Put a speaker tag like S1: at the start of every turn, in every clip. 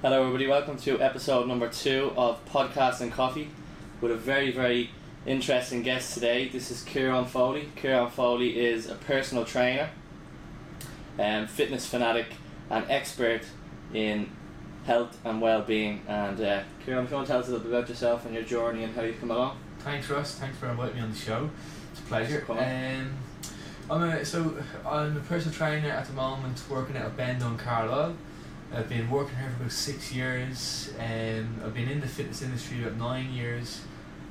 S1: Hello, everybody. Welcome to episode number two of Podcast and Coffee with a very, very interesting guest today. This is Kieran Foley. Kieran Foley is a personal trainer, um, fitness fanatic, and expert in health and well-being. And uh, Kieran, if you want to tell us a little bit about yourself and your journey and how you've come along.
S2: Thanks, Russ. Thanks for inviting me on the show. It's a pleasure.
S1: Come on.
S2: Um, I'm a, so I'm a personal trainer at the moment, working out of Bendon, Carlisle. I've been working here for about six years. Um, I've been in the fitness industry about nine years.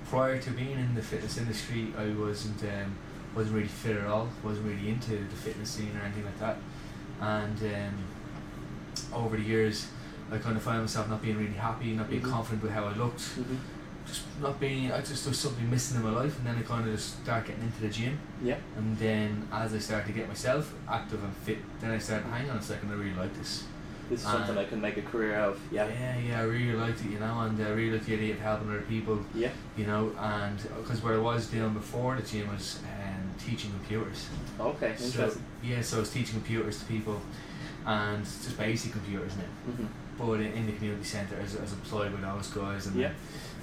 S2: Prior to being in the fitness industry, I wasn't um, wasn't really fit at all. wasn't really into the fitness scene or anything like that. And um, over the years, I kind of found myself not being really happy, not being
S1: Mhm.
S2: confident with how I looked just not being I just there was something missing in my life and then I kind of just started getting into the gym
S1: Yeah.
S2: and then as I started to get myself active and fit then I started hang on a second I really like this
S1: This is something
S2: Uh,
S1: I can make a career of. Yeah.
S2: yeah yeah I really liked it you know and I really liked the idea of helping other people
S1: Yeah.
S2: you know and because what I was doing before the gym was um, teaching computers
S1: Okay.
S2: so
S1: Interesting.
S2: yeah so I was teaching computers to people and just basic computers now
S1: hmm
S2: but in, in the community centre as, as employed with those guys and
S1: Yeah.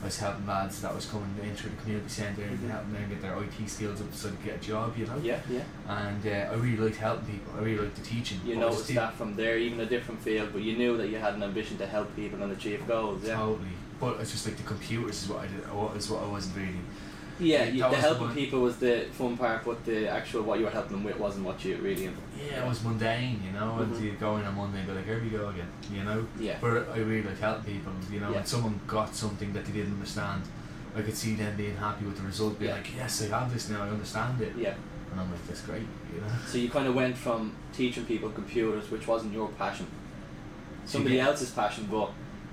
S2: I was helping lads that was coming into the community centre
S1: Mhm.
S2: and helping them get their IT skills up so they could get a job, you know.
S1: Yeah. Yeah.
S2: And uh, I really liked helping people. I really liked the teaching.
S1: You
S2: but I was
S1: noticed
S2: still-
S1: that from there, even a different field, but you knew that you had an ambition to help people and achieve goals. Yeah.
S2: Totally. But it's just like the computers is what I did. uh, what- Is what I wasn't really.
S1: Yeah, you,
S2: That
S1: the
S2: was the
S1: helping
S2: one.
S1: people was the fun part, but the actual what you were helping them with wasn't what you really.
S2: Yeah, it was mundane, you know.
S1: Mhm.
S2: And you go in on Monday, and be like, here we go again, you know.
S1: Yeah.
S2: But I really liked helping people, you know.
S1: Yeah.
S2: When someone got something that they didn't understand, I could see them being happy with the result. Be
S1: Yeah.
S2: like, yes, I have this now. I understand it.
S1: Yeah.
S2: And I'm like, that's great, you know.
S1: So you kind of went from teaching people computers, which wasn't your passion, somebody
S2: Yeah.
S1: else's passion, but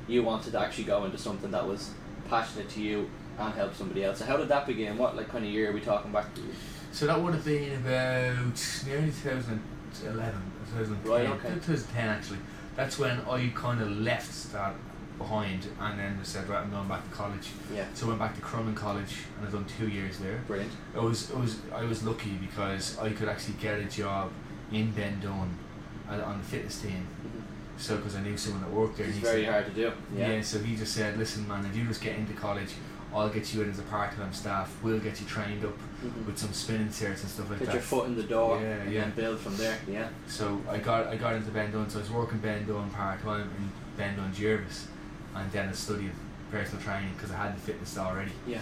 S1: you wanted to actually go into something that was passionate to you and help somebody else. So how did that begin? What like kind of year are we talking back to?
S2: So that would have been about nearly 2011, 2010,
S1: Right, okay.
S2: 2010 actually. That's when I kind of left that behind and then I said, right, I'm going back to college.
S1: Yeah.
S2: So I went back to Crumlin College and I've done two years there.
S1: Brilliant.
S2: I was, I was, I was lucky because I could actually get a job in Bendon uh, on the fitness team.
S1: Mhm.
S2: So because I knew someone that worked there.
S1: It's
S2: he
S1: very
S2: said-
S1: hard to do.
S2: yeah. so he just said, listen, man, if you just get into college, I'll get you in as a part-time staff. We'll get you trained up
S1: Mhm.
S2: with some spinning sets and stuff like
S1: Put
S2: that.
S1: your foot in the door
S2: Yeah,
S1: and
S2: yeah.
S1: then build from there. Yeah.
S2: So I got I got into Bendon, so I was working Bendon part time in Bendon Jervis, and then I studied personal training because I had the fitness already.
S1: Yeah.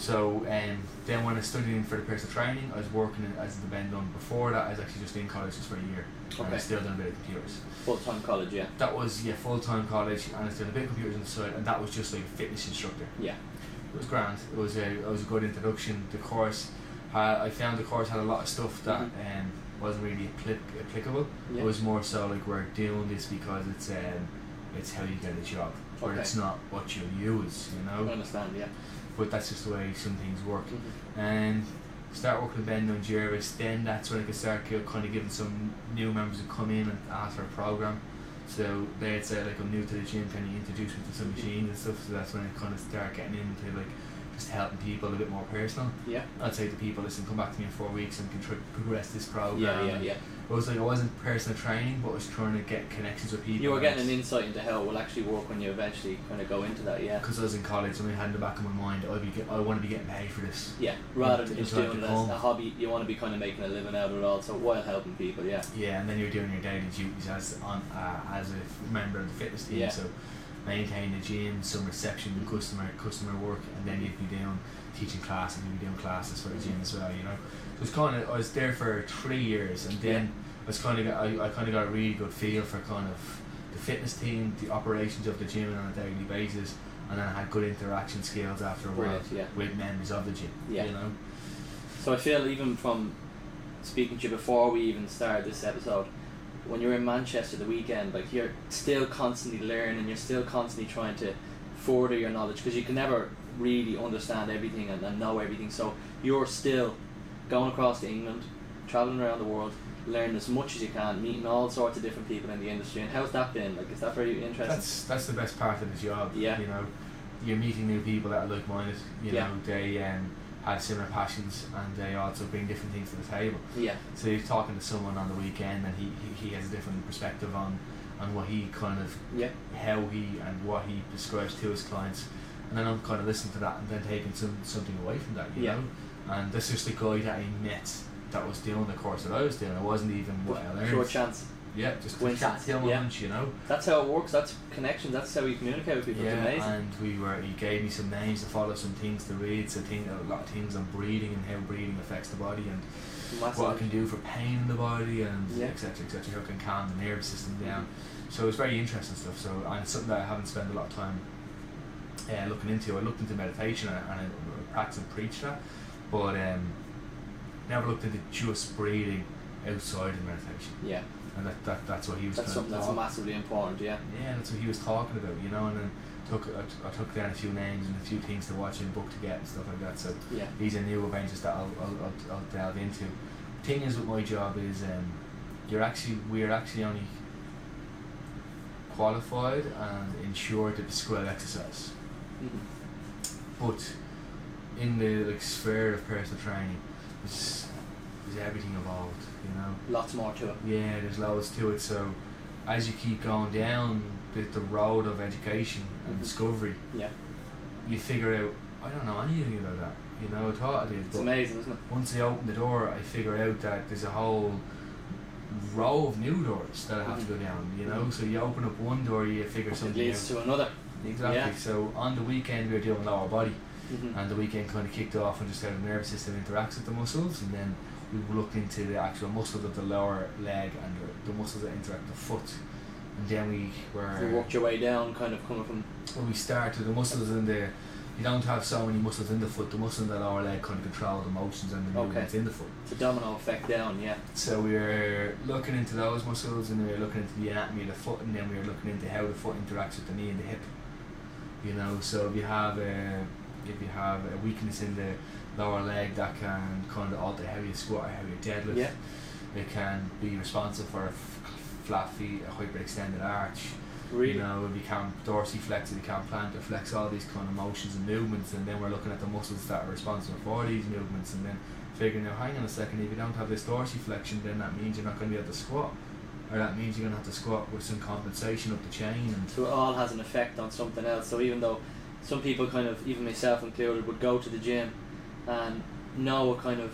S2: So um, then when I studied in for the personal training, I was working in- as the Bendon. Before that, I was actually just in college just for a year, and
S1: Okay.
S2: I still done a bit of computers.
S1: Full time college. Yeah.
S2: That was yeah full time college, and I was doing a bit of computers on the side, and that was just like a fitness instructor.
S1: Yeah.
S2: It was grand. It was a it was a good introduction. The course, had, I found the course had a lot of stuff that um, wasn't really applic- applicable.
S1: Mm-hmm. Yeah.
S2: It was more so like we're doing this because it's um, it's how you get a job, or
S1: Okay.
S2: it's not what you use, you
S1: I
S2: know.
S1: understand. Yeah.
S2: But that's just the way some things work.
S1: Mhm.
S2: And start working with Ben and Jervis. Then that's when I could start ki- kind of giving some new members who come in and ask for a program. So they'd say like I'm new to the gym, can you introduce me to some machines and stuff? So that's when I kind of start getting into like just helping people a bit more personal.
S1: Yeah.
S2: I'd say to people, listen, come back to me in four weeks and we can try progress this program.
S1: Yeah, yeah, yeah.
S2: It was like I wasn't personal training, but I was trying to get connections with people.
S1: You were getting an insight into how it will actually work when you eventually kind of go into that, yeah.
S2: because I was in college, and I had in the back of my mind, I'd be get, I want to be getting paid for this.
S1: Yeah, rather than
S2: It's
S1: just
S2: like
S1: doing it
S2: at
S1: as
S2: home.
S1: a hobby, you want to be kind of making a living out of it all, so while helping people, yeah.
S2: Yeah, and then you're doing your daily duties as on uh, as a member of the fitness team.
S1: Yeah.
S2: So maintain the gym, some reception, the customer customer work, and then you'd be doing teaching class and you'd be doing classes for the gym as well. You know, so it's kind of I was there for three years, and then I was kind of got, I, I kind of got a really good feel for kind of the fitness team, the operations of the gym on a daily basis, and then I had good interaction skills after a while
S1: Brilliant, yeah.
S2: with members of the gym.
S1: Yeah.
S2: You know.
S1: So I feel even from speaking to you before we even started this episode, when you're in Manchester the weekend, like you're still constantly learning, you're still constantly trying to further your knowledge because you can never really understand everything and, and know everything. So you're still going across to England, traveling around the world, learning as much as you can, meeting all sorts of different people in the industry. And how's that been? Like, is that very interesting?
S2: That's that's the best part of the job.
S1: Yeah.
S2: You know, you're meeting new people that are like minded. You
S1: Yeah.
S2: know, they um, have similar passions and they also bring different things to the table.
S1: yeah,
S2: So you're talking to someone on the weekend and he, he, he has a different perspective on, on and what he kind of
S1: Yeah.
S2: how he and what he prescribes to his clients, and then I'm kind of listening to that and then taking some something away from that, you
S1: Yeah.
S2: know. And that's just the guy that I met that was doing the course that I was doing. It wasn't even what I learned.
S1: Short chance.
S2: Yeah, just to chat
S1: Coincidence,
S2: to him
S1: yeah.
S2: lunch, you know.
S1: That's how it works. That's connections. That's how you communicate with people. it's
S2: yeah,
S1: amazing.
S2: and we were. He gave me some names to follow, some things to read, so thing, a lot of things on breathing and how breathing affects the body and what I
S1: Massive.
S2: can do for pain in the body and
S1: Yeah.
S2: etc etc how it can calm the nervous system down so it's very interesting stuff so and it's something that I haven't spent a lot of time uh, looking into I looked into meditation and, and I practice and preach that but um, never looked into just breathing outside of meditation
S1: Yeah,
S2: and that, that that's what he was
S1: that's
S2: kind
S1: something
S2: of
S1: that's
S2: talking-
S1: massively important. Yeah,
S2: yeah that's what he was talking about you know and then took I, t- I took down a few names and a few things to watch and book to get and stuff like that so
S1: yeah,
S2: these are new adventures that I'll, I'll, I'll, I'll delve into. Thing is with my job is um, you're actually we're actually only qualified and insured to prescribe exercise,
S1: Mhm.
S2: but in the like sphere of personal training, there's, there's everything involved, you know.
S1: lots more to it.
S2: Yeah, there's loads to it. So as you keep going down the, the road of education and
S1: Mhm.
S2: discovery,
S1: Yeah.
S2: you figure out I don't know anything about that. You know, I thought I did,
S1: It's
S2: but
S1: amazing, isn't it?
S2: once I open the door, I figure out that there's a whole row of new doors that I have to go down. You know, so you open up one door, you figure
S1: It
S2: something
S1: leads
S2: out.
S1: to another.
S2: Exactly.
S1: yeah.
S2: So on the weekend we were doing lower body,
S1: Mhm.
S2: and the weekend kind of kicked off on just how the nervous system interacts with the muscles, and then we looked into the actual muscles of the lower leg and the, the muscles that interact with the foot, and then we were
S1: You worked your way down, kind of coming from.
S2: when we started, the muscles in the you don't have so many muscles in the foot. The muscles in the lower leg kind of control the motions and the
S1: Okay.
S2: movements in the foot.
S1: It's a domino effect down. Yeah,
S2: So we were looking into those muscles and we were looking into the anatomy of the foot and then we were looking into how the foot interacts with the knee and the hip. You know, so if you have a if you have a weakness in the lower leg that can kind of alter how you squat or how you deadlift.
S1: Yeah.
S2: It can be responsible for a f- flat feet, a hyperextended arch.
S1: really.
S2: You know, if you can't dorsiflex, if you can't plantar flex, all these kind of motions and movements, and then we're looking at the muscles that are responsible for these movements, and then figuring out, hang on a second, if you don't have this dorsiflexion, then that means you're not going to be able to squat, or that means you're going to have to squat with some compensation up the chain, and
S1: So it all has an effect on something else. So even though some people, kind of, even myself included, would go to the gym and know a kind of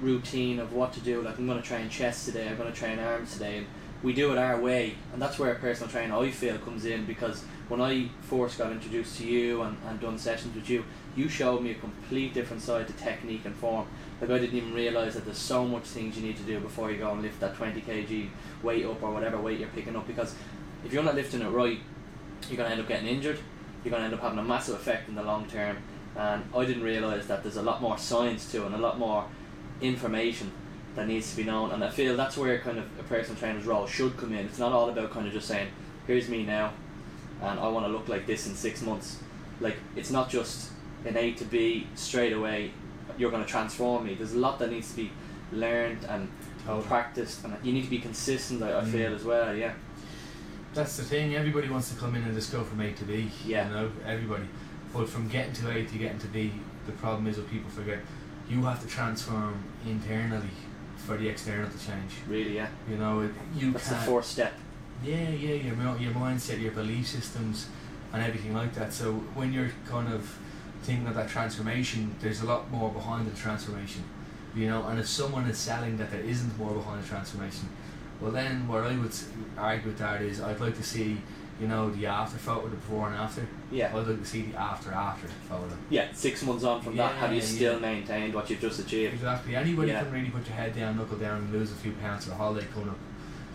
S1: routine of what to do. Like I'm going to train chest today. I'm going to train arms today. And we do it our way, and that's where a personal trainer I feel comes in because when I first got introduced to you and, and done sessions with you, you showed me a complete different side to technique and form. Like I didn't even realize that there's so much things you need to do before you go and lift that 20 kg weight up or whatever weight you're picking up because if you're not lifting it right, you're going to end up getting injured. You're going to end up having a massive effect in the long term. And I didn't realise that there's a lot more science to it and a lot more information that needs to be known. And I feel that's where kind of a personal trainer's role should come in. It's not all about kind of just saying, here's me now, and I want to look like this in six months. Like, it's not just an A to B straight away, you're going to transform me. There's a lot that needs to be learned and practiced, and you need to be consistent, I, I
S2: Mm.
S1: feel, as well. Yeah.
S2: That's the thing. Everybody wants to come in and just go from A to B.
S1: Yeah.
S2: You know, everybody. But from getting to A to getting to B, the problem is that people forget you have to transform internally for the external to change.
S1: Really, yeah.
S2: You know, it, you
S1: That's the
S2: can't.
S1: fourth step.
S2: Yeah, yeah, your mi- your mindset, your belief systems, and everything like that. So when you're kind of thinking of that transformation, there's a lot more behind the transformation, you know. And if someone is selling that there isn't more behind the transformation, well, then what I would s- argue with that is I'd like to see, you know, the after photo, the before and after.
S1: Yeah.
S2: I'd like to see the after after photo.
S1: Yeah, six months on from that, have you
S2: Yeah,
S1: still
S2: yeah.
S1: maintained what you've just achieved?
S2: Exactly. Anybody
S1: Yeah.
S2: can really put your head down, knuckle down, and lose a few pounds for a holiday coming up.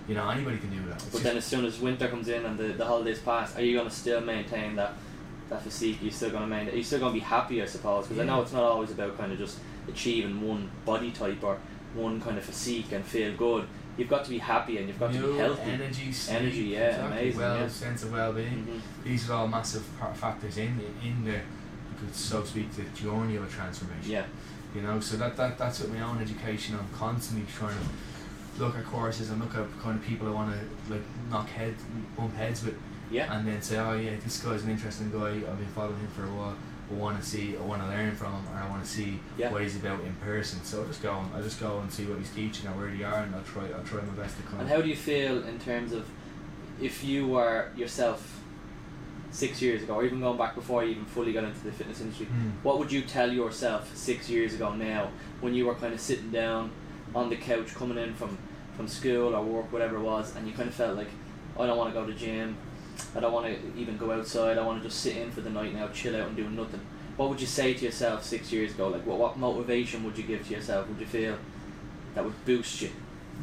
S2: You know, anybody can do that. It's
S1: But
S2: just-
S1: then as soon as winter comes in and the, the holidays pass, are you going to still maintain that, that physique? Are you still going to maintain Are you still going to be happy, I suppose? Because I know
S2: Yeah.
S1: it's not always about kind of just achieving one body type or one kind of physique and feel good. You've got to be happy and you've got to
S2: New
S1: be healthy.
S2: Energy, sleep,
S1: Energy, yeah,
S2: exactly,
S1: amazing,
S2: Well,
S1: yeah.
S2: sense of well-being.
S1: Mhm.
S2: These are all massive par- factors in in the, you could so speak, the journey of a transformation.
S1: Yeah,
S2: You know, so that, that that's with my own education. I'm constantly trying to look at courses and look at kind of people I want to like knock head, bump heads with,
S1: yeah,
S2: and then say, oh yeah, this guy's an interesting guy. I've been following him for a while. I want to see, I want to learn from him, and I want to see
S1: Yeah.
S2: what he's about in person. So I just go, and, I just go and see what he's teaching and where they are, and I'll try, I'll try my best to kind
S1: And
S2: of
S1: how do you feel in terms of if you were yourself six years ago, or even going back before you even fully got into the fitness industry,
S2: Mm.
S1: what would you tell yourself six years ago now when you were kind of sitting down on the couch coming in from, from school or work, whatever it was, and you kind of felt like, "Oh, I don't want to go to the gym, I don't want to even go outside, I want to just sit in for the night now, chill out and do nothing. What would you say to yourself six years ago? Like, what, what motivation would you give to yourself? Would you feel that would boost you?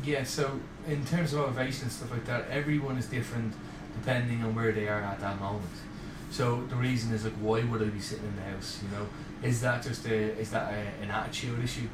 S2: Yeah, so in terms of motivation and stuff like that, everyone is different depending on where they are at that moment. So the reason is like, why would I be sitting in the house? You know, is that just a is that a, an attitude issue?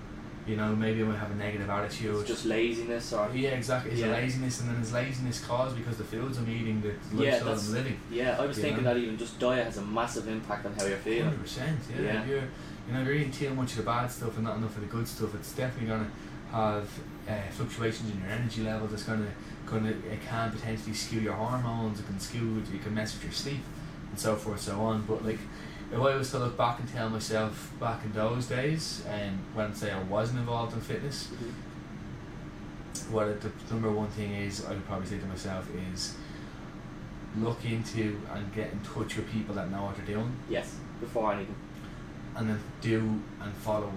S2: You know, maybe I might have a negative
S1: It's
S2: attitude.
S1: just laziness or.
S2: yeah, exactly. Is it
S1: Yeah.
S2: laziness, and then is laziness caused because the foods I'm eating, the lifestyle
S1: that's-
S2: I'm living?
S1: Yeah, I was
S2: You
S1: thinking
S2: know?
S1: that even just diet has a massive impact on how you're feeling.
S2: Hundred percent. Yeah.
S1: Yeah.
S2: If you're, you know, if you're eating too much of the bad stuff and not enough of the good stuff, it's definitely gonna have uh, fluctuations in your energy level. That's gonna, gonna, it can potentially skew your hormones. It can skew. It can mess with your sleep, and so forth, so on. But like, if I was to look back and tell myself back in those days, and when say I wasn't involved in fitness, what it- the number one thing is I would probably say to myself is look into and get in touch with people that know what they're doing
S1: Yes, before anything.
S2: and then do and follow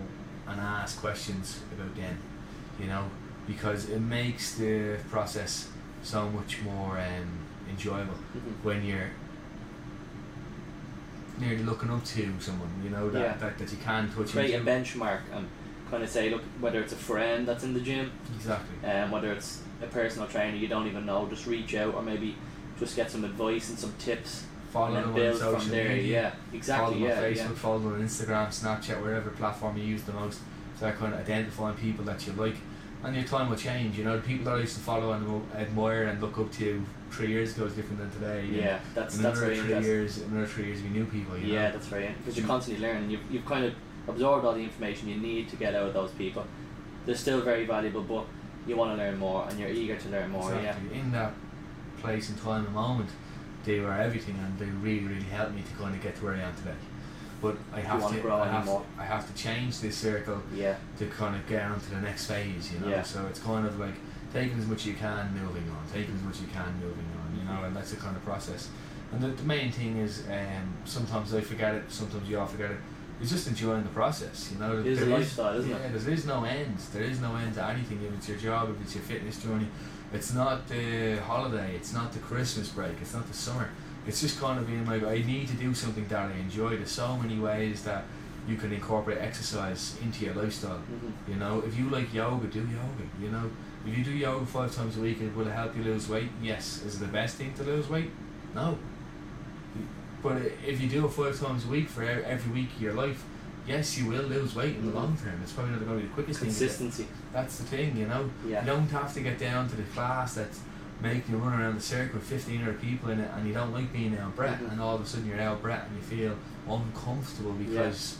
S2: and ask questions about them, you know, because it makes the process so much more um, enjoyable
S1: Mhm.
S2: when you're nearly looking up to someone, you know, that,
S1: Yeah.
S2: that, that you can touch
S1: Create a
S2: into.
S1: benchmark and kind of say, look, whether it's a friend that's in the gym,
S2: Exactly.
S1: um, whether it's a personal trainer you don't even know, just reach out or maybe just get some advice and some tips
S2: Follow
S1: and then
S2: them on
S1: build
S2: social
S1: from there.
S2: media.
S1: Yeah, exactly.
S2: follow
S1: yeah,
S2: them on Facebook,
S1: yeah.
S2: follow them on Instagram, Snapchat, wherever platform you use the most. So that kind of identifying people that you like, and your time will change. You know, the people that I used to follow and will admire and look up to three years ago is different than today. and
S1: Yeah, that's
S2: in another
S1: that's very
S2: three
S1: interesting.
S2: years, in another three years, we knew people. You
S1: Yeah,
S2: know?
S1: that's right. Because you're
S2: Mm.
S1: constantly learning. You've, you've kind of absorbed all the information you need to get out of those people. They're still very valuable, but you want to learn more and you're eager to learn more. Yeah.
S2: Exactly. In that place and time and moment, they were everything, and they really, really helped me to kind of get to where I am today. But I have
S1: wanna
S2: to,
S1: grow
S2: I have,
S1: anymore.
S2: I have to change this circle
S1: Yeah,
S2: to kind of get on to the next phase, you know.
S1: Yeah.
S2: So it's kind of like taking as much as you can, moving on, taking as much as you can, moving on, you
S1: Mm-hmm.
S2: know, and that's the kind of process. And the, the main thing is um, sometimes I forget it, sometimes you all forget it. It's just enjoying the process, you know.
S1: It is a
S2: There
S1: lifestyle, isn't it?
S2: yeah, there is no end. There is no end to anything. If it's your job, if it's your fitness journey, it's not the holiday, it's not the Christmas break, it's not the summer. It's just kind of being like, I need to do something that I enjoy. There's so many ways that you can incorporate exercise into your lifestyle.
S1: hmm
S2: You know, if you like yoga, do yoga. You know, if you do yoga five times a week, it will help you lose weight. Yes. Is it the best thing to lose weight? No. But i- if you do it five times a week for e- every week of your life, yes, you will lose weight in the
S1: Mhm.
S2: long term. It's probably not going to be the quickest thing.
S1: consistency.
S2: to get- That's the thing, you know. You
S1: Yeah,
S2: don't have to get down to the class that's making you run around the circle with 15 other people in it and you don't like being out of breath
S1: Mhm.
S2: and all of a sudden you're out of breath and you feel uncomfortable because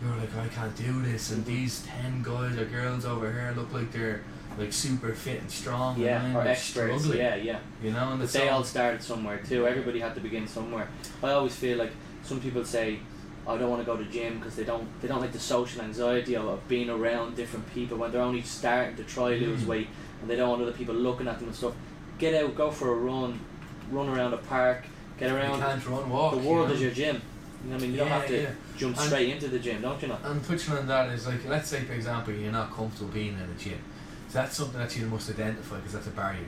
S2: you're like, I can't do this and
S1: Mhm.
S2: these 10 guys or girls over here look like they're like super fit and strong
S1: yeah,
S2: and
S1: or
S2: I'm
S1: experts.
S2: struggling,
S1: Yeah, yeah.
S2: you know, and
S1: But
S2: it's
S1: they
S2: all-
S1: all started somewhere too. Everybody had to begin somewhere. I always feel like some people say, "I don't want to go to gym because they don't they don't like the social anxiety of, of being around different people when they're only starting to try to lose
S2: Mm.
S1: weight and they don't want other people looking at them and stuff." Get out, go for a run, run around a park, get
S2: you
S1: around.
S2: can't run, walk,
S1: The
S2: you
S1: world
S2: know?
S1: is your gym. You know what I mean? You
S2: yeah,
S1: don't have to
S2: yeah.
S1: jump
S2: And-
S1: straight into the gym, don't you know?
S2: And touching on that is like, let's say for example, you're not comfortable being in a gym. So that's something that you must identify because that's a barrier.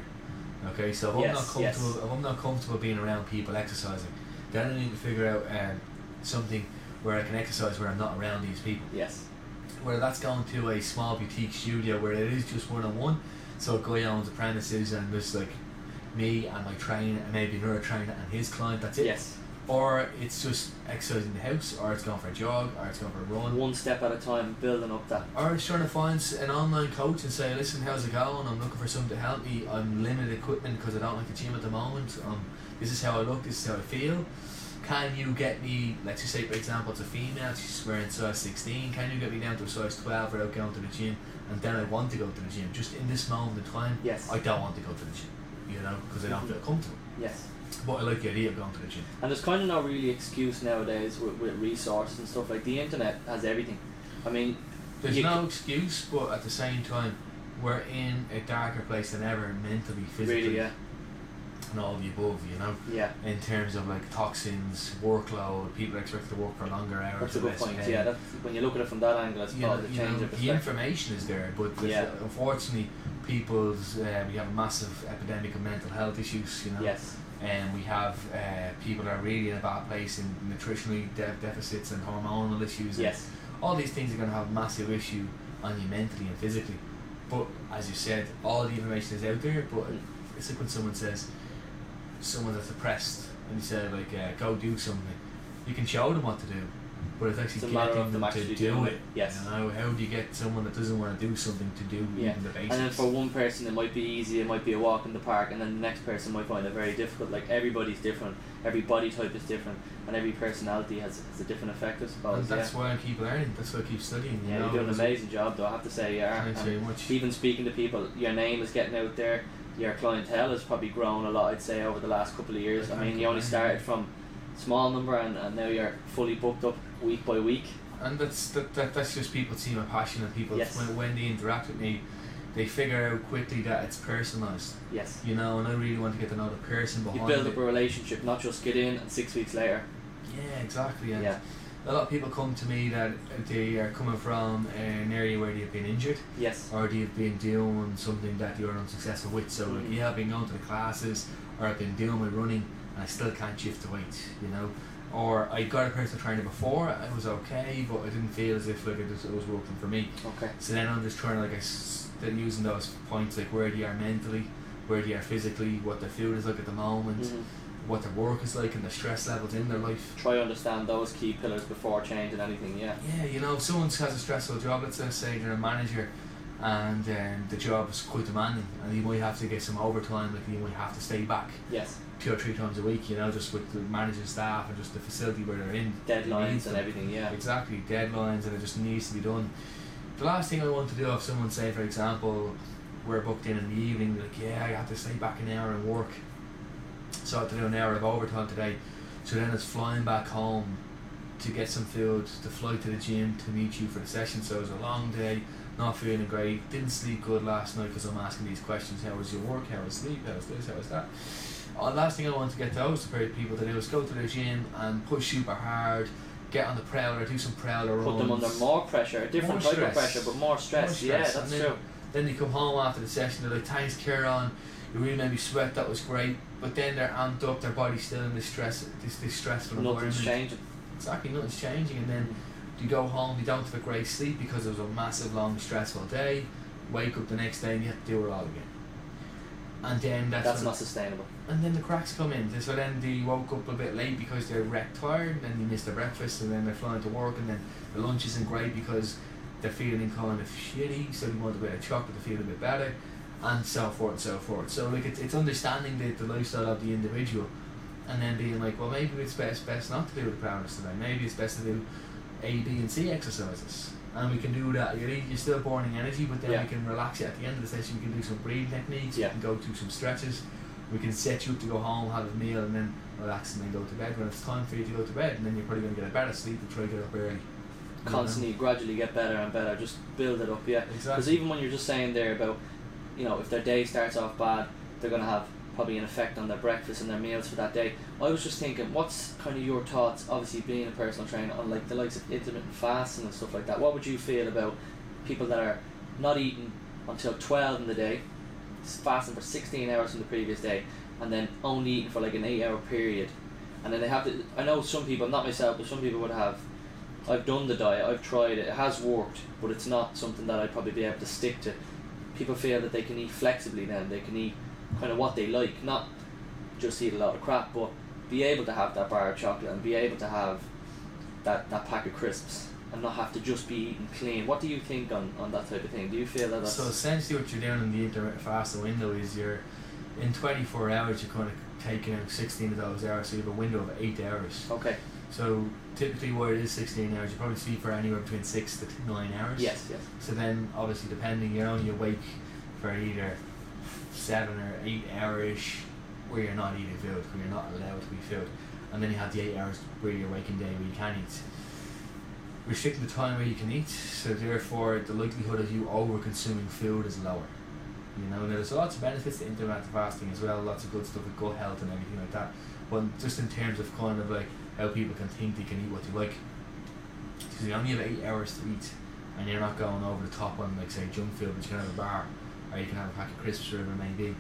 S2: Okay, so if I'm not
S1: Yes, yes.
S2: comfortable, if I'm not comfortable being around people exercising, then I need to figure out um, something where I can exercise where I'm not around these people.
S1: Yes.
S2: Whether that's going to a small boutique studio where it is just one on one, so a guy owns the premises and there's like me and my trainer and maybe another trainer and his client. That's it.
S1: Yes.
S2: Or it's just exercising in the house, or it's going for a jog, or it's going for a run.
S1: One step at a time, building up that.
S2: Or it's trying to find s- an online coach and say, listen, how's it going? I'm looking for something to help me. I'm limited equipment because I don't like the gym at the moment. Um, this is how I look. This is how I feel. Can you get me, let's just say, for example, it's a female, she's wearing size 16. Can you get me down to a size 12 without going to the gym? And then I want to go to the gym. Just in this moment in time,
S1: Yes.
S2: I don't want to go to the gym, you know, because I don't feel comfortable.
S1: Yes.
S2: But I like the idea of going to the gym.
S1: And there's kind of no really excuse nowadays with, with resources and stuff like the internet has everything. I mean,
S2: There's
S1: You
S2: no excuse, but at the same time, we're in a darker place than ever mentally, physically.
S1: really, yeah,
S2: and all the above, you know,
S1: Yeah,
S2: in terms of like toxins, workload, people expect to work for longer hours.
S1: that's a
S2: or
S1: good
S2: less
S1: point.
S2: pay.
S1: Yeah, that's, when you look at it from that angle, it's
S2: you know,
S1: probably
S2: you
S1: a change
S2: know,
S1: of
S2: the
S1: perspective.
S2: information is there, but the-
S1: Yeah.
S2: unfortunately, people's uh, we have a massive epidemic of mental health issues. You know,
S1: Yes,
S2: and we have uh, people that are really in a bad place in nutritionally de- deficits and hormonal issues. and
S1: yes,
S2: all these things are going to have massive issue on you mentally and physically. But as you said, all the information is out there. But it's like when someone says, someone that's depressed, and you say like, uh, go do something. You can show them what to do, but it's
S1: it's a
S2: actually
S1: matter
S2: getting
S1: of them
S2: them
S1: actually
S2: to
S1: doing
S2: do
S1: it.
S2: it.
S1: Yes,
S2: You know, how do you get someone that doesn't want to do something to do
S1: Yeah.
S2: even the basics?
S1: and then for one person it might be easy, it might be a walk in the park, and then the next person might find it very difficult. Like everybody's different, every body type is different, and every personality has, has a different effect. I suppose.
S2: and that's
S1: yeah.
S2: why I keep learning. That's why I keep studying.
S1: yeah,
S2: you know,
S1: you're doing an
S2: it's-
S1: amazing job, though. I have to say, you are.
S2: Thanks
S1: And
S2: very much.
S1: even speaking to people, your name is getting out there. Your clientele has probably grown a lot, I'd say, over the last couple of years.
S2: I
S1: I mean,
S2: can't
S1: you only
S2: complain.
S1: started from small number, and, and now you're fully booked up week by week.
S2: and that's that, that that's just people see my passion and people
S1: Yes.
S2: when, when they interact with me they figure out quickly that it's personalized
S1: Yes,
S2: you know and i really want to get to know the person
S1: you
S2: behind
S1: build
S2: it
S1: up a relationship, not just get in and six weeks later.
S2: yeah exactly and
S1: Yeah,
S2: a lot of people come to me that they are coming from an area where they've been injured
S1: yes,
S2: or they've been doing something that they were unsuccessful with so like
S1: Mhm.
S2: yeah i've been going to the classes or i've been doing my running and i still can't shift the weight you know or I got a personal trainer before, I was okay, but I didn't feel as if like it was, it was working for me.
S1: okay,
S2: So then I'm just trying to like I s- then using those points like where they are mentally, where they are physically, what their food is like at the moment,
S1: Mhm.
S2: what their work is like, and the stress levels in their life.
S1: Try to understand those key pillars before changing anything. Yeah,
S2: Yeah, you know, if someone has a stressful job, let's just say they're a manager, and um, the job is quite demanding, and you might have to get some overtime, like you might have to stay back
S1: yes,
S2: two or three times a week, you know, just with the managing staff and just the facility where they're in. They need
S1: deadlines and
S2: them.
S1: everything. Yeah,
S2: Exactly, deadlines and it just needs to be done. The last thing I want to do if someone say, for example, we're booked in in the evening, like, yeah, I have to stay back an hour and work. So I have to do an hour of overtime today. So then it's flying back home to get some food, to fly to the gym, to meet you for the session. So it was a long day, not feeling great, didn't sleep good last night because I'm asking these questions how was your work, how was sleep, how was this, how was that. Uh, last thing I want to get those very people to do is go to the gym and push super hard, get on the prowler, do some prowler runs.
S1: put them under more pressure, a different type
S2: More
S1: of
S2: stress.
S1: pressure, but more stress.
S2: More
S1: Yeah,
S2: stress,
S1: that's
S2: and then-
S1: true.
S2: Then they come home after the session, they're like, thanks, Kieran, you really made me sweat, that was great. But then they're amped up, their body's still in this stress, this, this stressful environment.
S1: Nothing's changing.
S2: Exactly, nothing's changing. And then you go home, you don't have a great sleep because it was a massive, long, stressful day. Wake up the next day and you have to do it all again. And then that's,
S1: That's
S2: when-
S1: not sustainable.
S2: and then the cracks come in. So then they woke up a bit late because they're wrecked tired, and then they miss their breakfast, and then they're flying to work, and then the lunch isn't great because they're feeling kind of shitty, so they want a bit of chocolate to feel a bit better, and so forth and so forth. So like it's, it's understanding the, the lifestyle of the individual, and then being like, well, maybe it's best best not to do the brownies today. Maybe it's best to do A, B, and C exercises. And we can do that. You're, you're still burning energy, but then
S1: Yeah.
S2: we can relax it at the end of the session. We can do some breathing techniques.
S1: Yeah.
S2: We can go through some stretches. We can set you up to go home, have a meal, and then relax and then go to bed. When it's time for you to go to bed, and then you're probably going to get a better sleep and try to get up early.
S1: Constantly, gradually get better and better. Just build it up. Yeah, because
S2: Exactly.
S1: even when you're just saying there about, you know, if their day starts off bad, they're gonna have probably an effect on their breakfast and their meals for that day. I was just thinking, what's kind of your thoughts? Obviously, being a personal trainer on like the likes of intermittent fasting and stuff like that. What would you feel about people that are not eating until twelve in the day, s- fasting for sixteen hours from the previous day, and then only eating for like an eight-hour period, and then they have to. I know some people, not myself, but some people would have I've done the diet, I've tried it, it has worked, but it's not something that I'd probably be able to stick to. People feel that they can eat flexibly then, they can eat kind of what they like, not just eat a lot of crap, but be able to have that bar of chocolate and be able to have that, that pack of crisps and not have to just be eating clean. What do you think on, on that type of thing? Do you feel that that's
S2: So essentially, what you're doing in the intermittent fasting window is you're in 24 hours. You're kind of taking out 16 of those hours, so you have a window of eight hours.
S1: okay?
S2: So typically, what it is 16 hours, you probably sleep for anywhere between six to nine hours.
S1: Yes, yes,
S2: So then, obviously, depending, you're only awake for either seven or eight hours where you're not eating food, where you're not allowed to be food, and then you have the eight hours where you're waking day where you can eat. Restricting the time where you can eat, so therefore the likelihood of you over consuming food is lower. You know, there's lots of benefits to intermittent fasting as well, lots of good stuff with gut health and everything like that. But just in terms of kind of like how people can think they can eat what they like, because you only have eight hours to eat, and you're not going over the top on like say junk food, but you can have a bar, or you can have a pack of crisps or whatever it may be.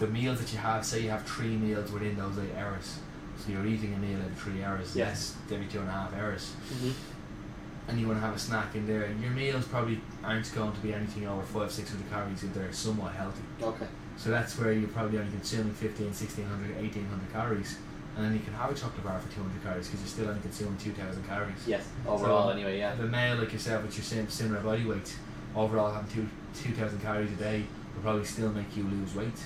S2: The meals that you have, say you have three meals within those eight hours, so you're eating a meal every three hours.
S1: Yeah.
S2: Yes, every two and a half hours
S1: Mm-hmm.
S2: and you want to have a snack in there, your meals probably aren't going to be anything over five, six hundred calories if they're somewhat healthy.
S1: Okay.
S2: So that's where you're probably only consuming 15, 1600, 1800 calories, and then you can have a chocolate bar for 200 calories because you're still only consuming 2000 calories.
S1: Yes. Overall,
S2: So-
S1: anyway, yeah.
S2: The male like yourself, with your sim- similar body weight, overall having two, 2000 calories a day will probably still make you lose weight.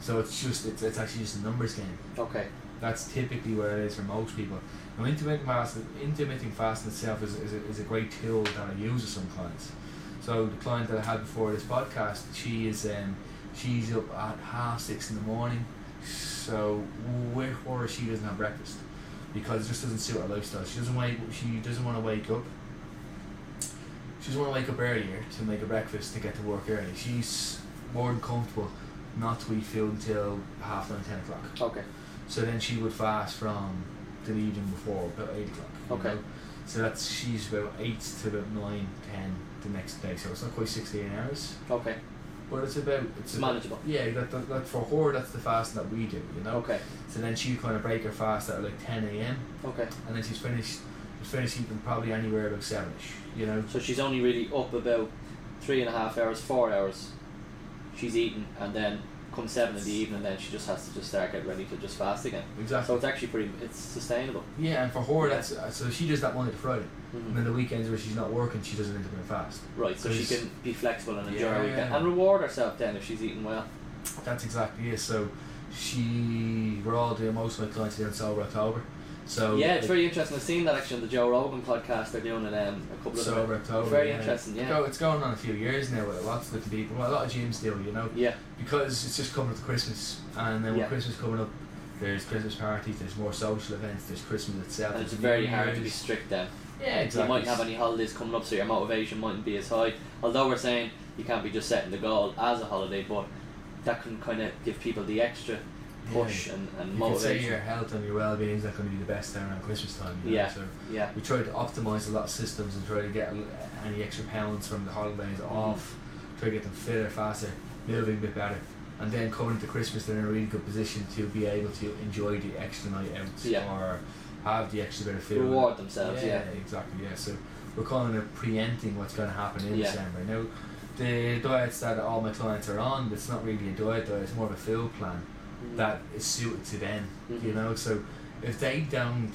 S2: So it's just, it's, it's actually just a numbers game.
S1: Okay.
S2: That's typically where it is for most people. Now, intermittent fasting, intermittent fasting itself is, is, a, is a great tool that I use with some clients. So the client that I had before this podcast, she is um, she's up at half six in the morning, so with her she doesn't have breakfast because it just doesn't suit her lifestyle. She doesn't wake. She doesn't want to wake up. She doesn't want to wake up earlier to make a breakfast to get to work early. She's more than comfortable not to eat food until half nine, ten o'clock.
S1: Okay.
S2: So then she would fast from the evening before about eight o'clock. you
S1: Okay.
S2: know. So that's she's about eight to about nine, ten the next day. So it's not quite sixteen hours,
S1: Okay.
S2: but it's about it's
S1: It's
S2: about,
S1: manageable.
S2: yeah. That, that, that for her that's the fasting that we do, you know.
S1: Okay.
S2: So then she kind of break her fast at like ten a.m.
S1: Okay.
S2: and then she's finished. She's finished eating probably anywhere about sevenish, you know.
S1: So she's only really up about three and a half hours, four hours. She's eating, and then come seven in the evening, then she just has to just start getting ready to just fast again. So
S2: Exactly.
S1: it's actually pretty. It's sustainable.
S2: Yeah, and for her,
S1: Yeah. Mm-hmm.
S2: that's uh, so she does that Monday to Friday, and then the weekends where she's not working, she does an intermittent fast.
S1: Right. So she
S2: Because-
S1: can be flexible and enjoy her
S2: Yeah.
S1: weekend and reward herself then if she's eating well.
S2: That's exactly it. So she, we're all doing most of my clients are doing sober October. So
S1: yeah, it's
S2: like,
S1: very interesting. I've seen that actually on the Joe Rogan podcast. They're doing it um, a couple of them.
S2: sober October.
S1: very
S2: yeah.
S1: interesting. Yeah.
S2: Go- It's going on a few years now with lots of different people. Well, a lot of gyms do, you know,
S1: Yeah.
S2: because it's just coming up to Christmas, and then with
S1: Yeah.
S2: Christmas coming up, there's Christmas parties, there's more social events, there's Christmas itself.
S1: And it's
S2: there's
S1: very
S2: New
S1: hard to be
S2: Year's.
S1: strict then.
S2: Yeah, exactly.
S1: You mightn't have any holidays coming up, so your motivation mightn't be as high. Although we're saying you can't be just setting the goal as a holiday, but that can kind of give people the extra push and, and
S2: You could say
S1: motivation.
S2: your health and your well-being is not going to be the best around Christmas time. You know,
S1: Yeah.
S2: So
S1: Yeah.
S2: we tried to optimize a lot of systems and try to get any extra pounds from the holidays
S1: Mm.
S2: off, try to get them fitter, faster, moving a bit better. And then coming to Christmas, they're in a really good position to be able to enjoy the extra night out
S1: Yeah.
S2: or have the extra bit of food.
S1: Reward themselves, yeah.
S2: exactly. Yeah, so we're calling it preempting what's going to happen in
S1: Yeah.
S2: December. Now, the diets that all my clients are on, it's not really a diet though; it's more of a food plan
S1: Mm.
S2: that is suited to them. You
S1: Mhm.
S2: know, so if they don't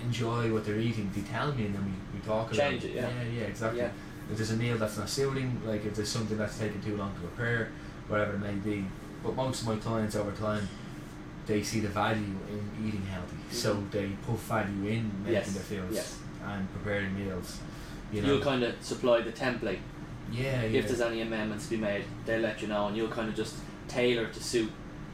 S2: enjoy what they're eating, they tell me, and then we, we talk about
S1: Change it, yeah.
S2: yeah, yeah, exactly.
S1: Yeah.
S2: If there's a meal that's not suiting, like if there's something that's taking too long to prepare, whatever it may be. But most of my clients over time, they see the value in eating healthy, so they put value in making
S1: Mm-hmm. Yes,
S2: their meals
S1: yes.
S2: and preparing meals. You know,
S1: You'll kind of supply the template.
S2: yeah, yeah.
S1: If there's any amendments to be made, they'll let you know, and you'll kind of just tailor to suit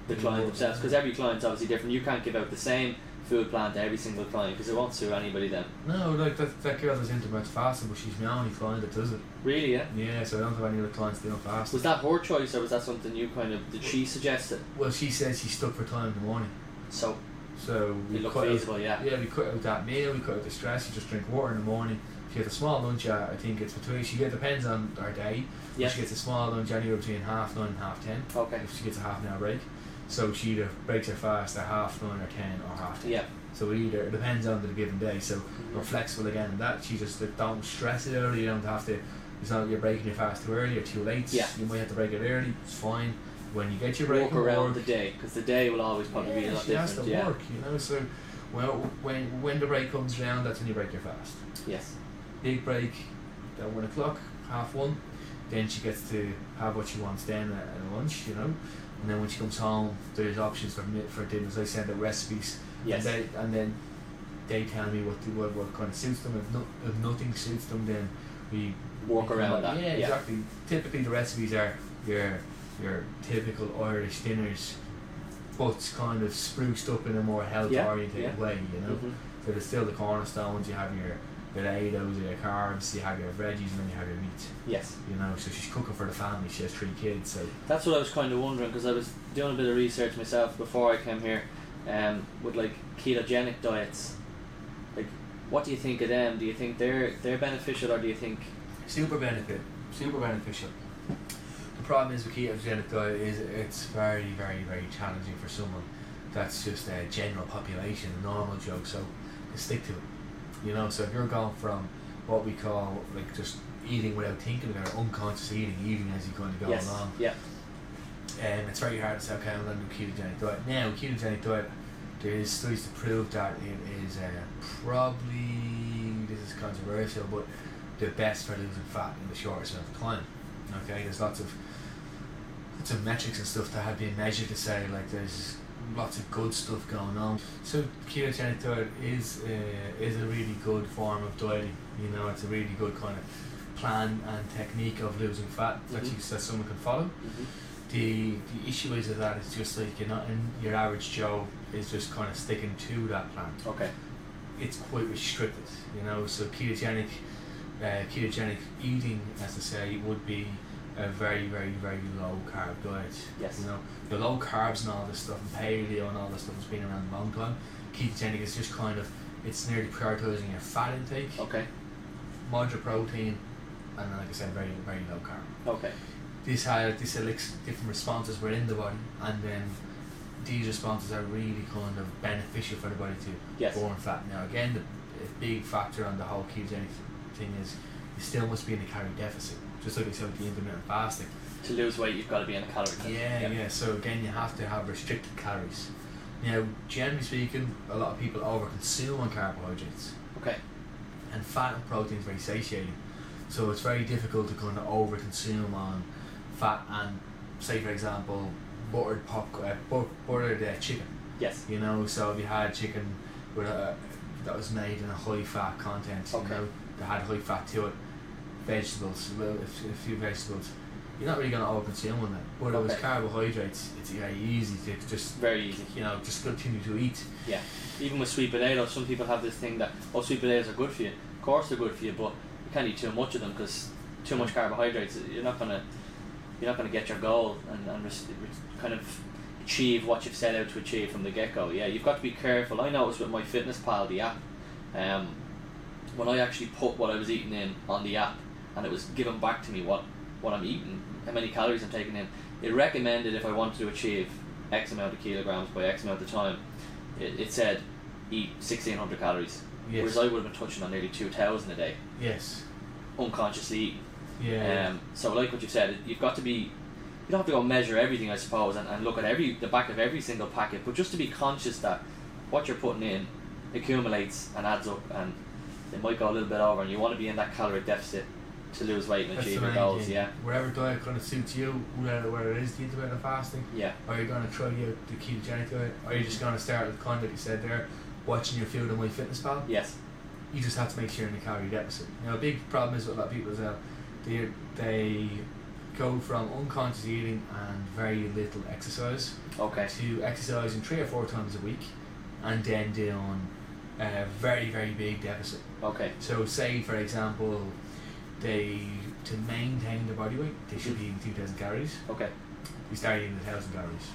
S1: the
S2: Yeah.
S1: client themselves. Because every client's obviously different. You can't give out the same food plan to every single client because it won't suit anybody then.
S2: no, like that, that girl that's intermittent fasting, but she's my only client that does it.
S1: Really, yeah.
S2: Yeah, so I don't have any other clients that don't fast.
S1: Was that her choice, or was that something you kind of did she suggest it?
S2: Well, she says she stuck for time in the morning,
S1: So
S2: so we
S1: it looked
S2: cut out-
S1: feasible, yeah.
S2: yeah, we cut out that meal, we cut out the stress. You just drink water in the morning. She gets a small lunch. uh, I think it's between. She it depends on our day. but
S1: Yeah.
S2: She gets a small lunch anywhere between half nine and half ten.
S1: Okay.
S2: If she gets a half an hour break, so she either breaks her fast at half nine or ten or half ten.
S1: Yeah.
S2: So it either it depends on the given day. So we're flexible again in that. She just like, don't stress it early. You don't have to. It's not you're breaking your fast too early or too late.
S1: Yeah.
S2: You might have to break it early. It's fine. When you get your break,
S1: Walk
S2: and
S1: around
S2: work,
S1: the day because the day will always probably be a
S2: yeah,
S1: lot
S2: she has to
S1: different. Yeah.
S2: work, you know. So, well, when when the break comes round, that's when you break your fast.
S1: Yes.
S2: Big break at one o'clock, half one. Then she gets to have what she wants then at, at lunch, you know. And then when she comes home, there's options for mi- for dinners. I send out recipes,
S1: Yes.
S2: and, they, and then they tell me what the, what what kind of suits them. If no, if nothing suits them, then we
S1: Walk
S2: we come
S1: around
S2: up-
S1: that.
S2: Yeah,
S1: Yeah.
S2: exactly. Typically, the recipes are your your typical Irish dinners, but kind of spruced up in a more health oriented
S1: yeah.
S2: way. You know,
S1: Mhm.
S2: so there's still the cornerstones. You have your potatoes, you have carbs, you have your veggies, and then you have your meat.
S1: Yes.
S2: You know, so she's cooking for the family. She has three kids, so
S1: That's what I was kind of wondering because I was doing a bit of research myself before I came here, um, with like ketogenic diets. Like, what do you think of them? Do you think they're they're beneficial or do you think?
S2: super benefit, super beneficial. The problem is with ketogenic diet is it's very, very, very challenging for someone that's just a general population, a normal joke. So they stick to it, you know. So if you're going from what we call like just eating without thinking about it, unconscious eating, eating as you kind of go
S1: yes.
S2: along,
S1: Yeah.
S2: um, it's very hard to say, okay, I'm going to do ketogenic diet. Now, ketogenic diet, there is studies to prove that it is uh, probably, this is controversial, but the best for losing fat in the shortest amount of time. Okay, there's lots of lots of metrics and stuff that have been measured to say like there's lots of good stuff going on. So ketogenic diet is uh, is a really good form of dieting. You know, it's a really good kind of plan and technique of losing fat that
S1: Mhm.
S2: you that someone can follow
S1: hmm
S2: the the issue is with that it's just like you're not in your average Joe is just kind of sticking to that plan.
S1: Okay.
S2: It's quite restricted, you know. So ketogenic, uh, ketogenic eating, as I say, would be a very very very low carb diet.
S1: Yes.
S2: You know the low carbs and all this stuff, and paleo and all this stuff has been around a long time. Ketogenic is just kind of it's nearly prioritizing your fat intake,
S1: Okay.
S2: moderate protein, and like I said, very very low carb
S1: Okay.
S2: these had these elix- different responses were in the body, and then these responses are really kind of beneficial for the body to
S1: Yes.
S2: burn fat. Now, again, the a big factor on the whole ketogenic thing is you still must be in a calorie deficit, just like I said with the intermittent fasting.
S1: To lose weight, you've got to be in a calorie. deficit.
S2: Yeah, yeah, So again, you have to have restricted calories. Now, generally speaking, a lot of people overconsume on carbohydrates,
S1: Okay.
S2: and fat and protein is very satiating. So it's very difficult to kind of overconsume on fat and, say for example, buttered pop, uh, but, buttered uh, chicken.
S1: Yes.
S2: You know, so if you had chicken with a, that was made in a high fat content,
S1: Okay.
S2: you know, that had high fat to it, vegetables, well, a, a few vegetables, you're not really gonna overconsume on that. But it was
S1: Okay.
S2: carbohydrates. It's very easy to just
S1: Very easy.
S2: you know just continue to eat.
S1: Even with sweet potatoes, some people have this thing that oh, sweet potatoes are good for you. Of course, they're good for you, but you can't eat too much of them because too much carbohydrates, you're not gonna, you're not gonna get your goal and, and res- re- kind of achieve what you've set out to achieve from the get go. Yeah, you've got to be careful. I noticed with my Fitness Pal the app, um, when I actually put what I was eating in on the app, and it was given back to me what what I'm eating, how many calories I'm taking in. It recommended if I wanted to achieve X amount of kilograms by X amount of time, it, it said eat 1600 calories
S2: Yes.
S1: whereas I would have been touching on nearly 2000 a day
S2: yes.
S1: unconsciously eating
S2: yeah.
S1: um, so like what you've said you've got to be you don't have to go measure everything I suppose and, and look at every the back of every single packet but just to be conscious that what you're putting in accumulates and adds up and it might go a little bit over and you want to be in that caloric deficit to lose weight and
S2: That's
S1: achieve
S2: the
S1: your
S2: main
S1: goals
S2: thing.
S1: yeah
S2: Whatever diet kind of suits you, whether, whether it is the intermittent fasting,
S1: yeah
S2: or you're going to try out the ketogenic diet, or you're just going to start with kind of like you said there, watching your food and my fitness pal.
S1: yes
S2: You just have to make sure you're in the calorie deficit. Now, a big problem is with a lot of people is that they, they go from unconscious eating and very little exercise
S1: okay
S2: to exercising three or four times a week and then doing a very, very big deficit.
S1: okay
S2: So say for example, they to maintain their body weight, they should be eating two thousand calories.
S1: okay
S2: They start eating thousand calories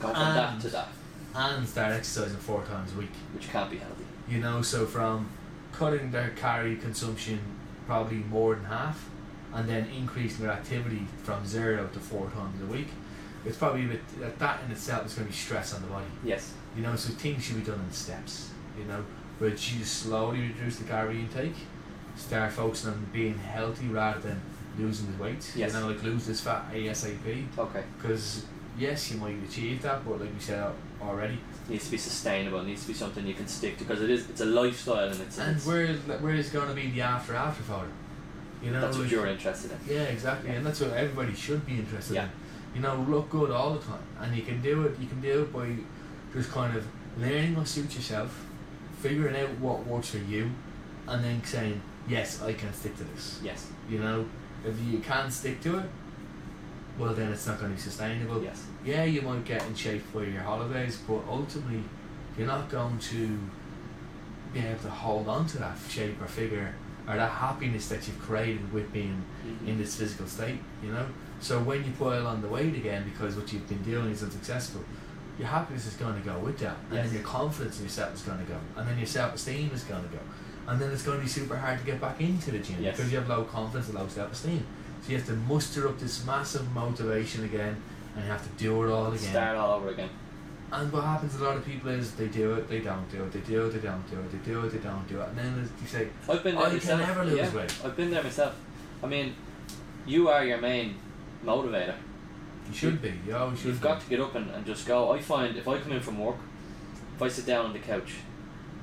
S1: go from that
S2: And-
S1: to that
S2: and start exercising four times a week.
S1: which can't be healthy
S2: You know, so from cutting their calorie consumption probably more than half, and then increasing their activity from zero to four times a week. It's probably a bit, that- that in itself is going to be stress on the body.
S1: yes
S2: You know, so things should be done in steps. You know, where you just slowly reduce the calorie intake, start focusing on being healthy rather than losing the weight.
S1: Yes.
S2: You know, like lose this fat ASAP.
S1: okay
S2: Because yes, you might achieve that, but like we said al- already,
S1: needs to be sustainable. It needs to be something you can stick to because it is it's a lifestyle and it's,
S2: and
S1: it's
S2: where where is going to be the after after for it? You know,
S1: that's what
S2: like-
S1: you're interested in.
S2: Yeah, exactly, and that's what everybody should be interested
S1: Yeah.
S2: in. You know, look good all the time, and you can do it. You can do it by just kind of learning what suits yourself, figuring out what works for you, and then saying, "Yes, I can stick to this."
S1: Yes,
S2: You know, if you can't stick to it, well, then it's not going to be sustainable.
S1: yes,
S2: yeah, you might get in shape for your holidays, but ultimately, you're not going to being able to hold on to that shape or figure or that happiness that you've created with being in this physical state, you know? So when you pile on the weight again because what you've been doing is unsuccessful, your happiness is going to go with that. And
S1: Yes.
S2: then your confidence in yourself is going to go. And then your self esteem is going to go. And then it's going to be super hard to get back into the gym
S1: Yes.
S2: because you have low confidence and low self esteem. So you have to muster up this massive motivation again and you have to do it all again.
S1: Start all over again.
S2: And what happens to a lot of people is they do it, they don't do it, they do it, they don't do it, they do it, they don't do it. And then they say,
S1: I've been there
S2: oh, you can
S1: myself.
S2: never lose
S1: yeah,
S2: weight.
S1: I've been there myself. I mean, you are your main motivator.
S2: You should be. You always should
S1: You've
S2: be.
S1: got to get up and, and just go. I find if I come in from work, if I sit down on the couch,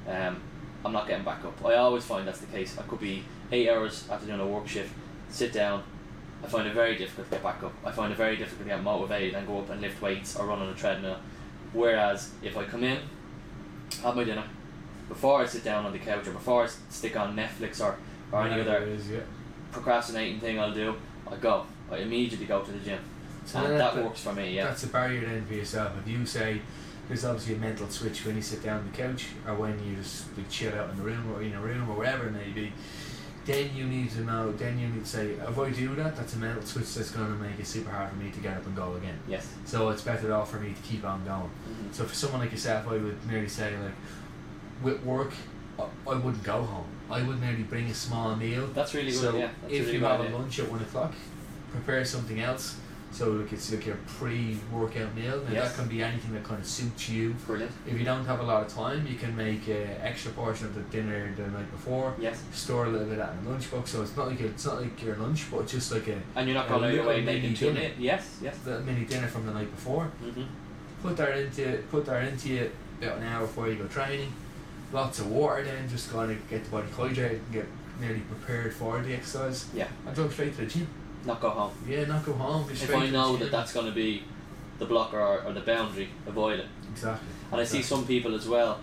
S1: um, I'm not getting back up. I always find that's the case. I could be eight hours after doing a work shift, sit down. I find it very difficult to get back up. I find it very difficult to get motivated and go up and lift weights or run on a treadmill. Whereas if I come in, have my dinner, before I sit down on the couch or before I s- stick on Netflix or, or any
S2: Whatever
S1: other
S2: it is, yeah.
S1: procrastinating thing I'll do, I go. I immediately go to the gym.
S2: So
S1: And
S2: that-
S1: that works for me, yeah.
S2: That's a barrier then for yourself. If you say there's obviously a mental switch when you sit down on the couch or when you just like, chill out in the room or in a room or wherever it may be, then you need to know, then you need to say, if I do that, that's a mental switch that's going to make it super hard for me to get up and go again.
S1: Yes.
S2: So it's better off for me to keep on going.
S1: Mhm.
S2: So for someone like yourself, I would merely say like, with work, I- I wouldn't go home. I would merely bring a small meal
S1: That's really good.
S2: so
S1: yeah, that's
S2: if
S1: really
S2: you
S1: good
S2: have
S1: idea.
S2: a lunch at one o'clock, prepare something else. So look, it's like your pre-workout meal. Now
S1: Yes.
S2: that can be anything that kind of suits you.
S1: brilliant.
S2: If you don't have a lot of time, you can make an extra portion of the dinner the night before.
S1: Yes,
S2: Store a little bit at a lunchbox, so it's not like it's not like your lunch, but just like a
S1: and you're not
S2: A
S1: going out of your way
S2: little
S1: making
S2: mini
S1: too
S2: dinner.
S1: many. Yes, yes.
S2: little mini dinner from the night before.
S1: Mm-hmm.
S2: Put that into put that into you about an hour before you go training. Lots of water, then just going to get the body hydrated and get nearly prepared for the exercise.
S1: Yeah.
S2: and go straight to the gym.
S1: Not go home.
S2: Yeah, not go home. Be
S1: If
S2: straight
S1: I
S2: to
S1: know
S2: the
S1: that
S2: gym.
S1: that's going to be the blocker or, or the boundary, avoid it.
S2: exactly.
S1: And I see
S2: exactly.
S1: some people as well.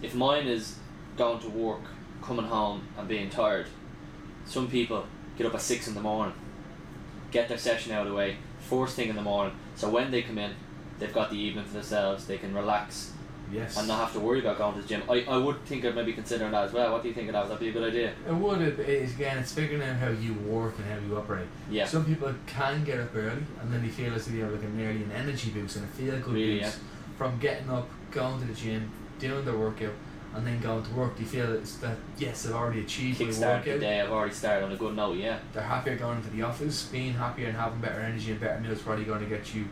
S1: If mine is going to work, coming home, and being tired, some people get up at six in the morning, get their session out of the way, first thing in the morning. So when they come in, they've got the evening for themselves. They can relax
S2: Yes.
S1: and not have to worry about going to the gym. I, I would think of maybe considering that as well. What do you think of that? Would that be a good idea?
S2: it would have, it is, again, it's figuring out how you work and how you operate.
S1: Yeah.
S2: Some people can get up early and then they feel as if they have like a nearly an energy boost and a feel good
S1: Really,
S2: boost from getting up, going to the gym, doing their workout, and then going to work. They feel it's that, yes, I've already achieved my
S1: kickstart the
S2: workout.
S1: day. I've already started on a good note. Yeah,
S2: They're happier going into the office, being happier and having better energy and better meals probably going to get you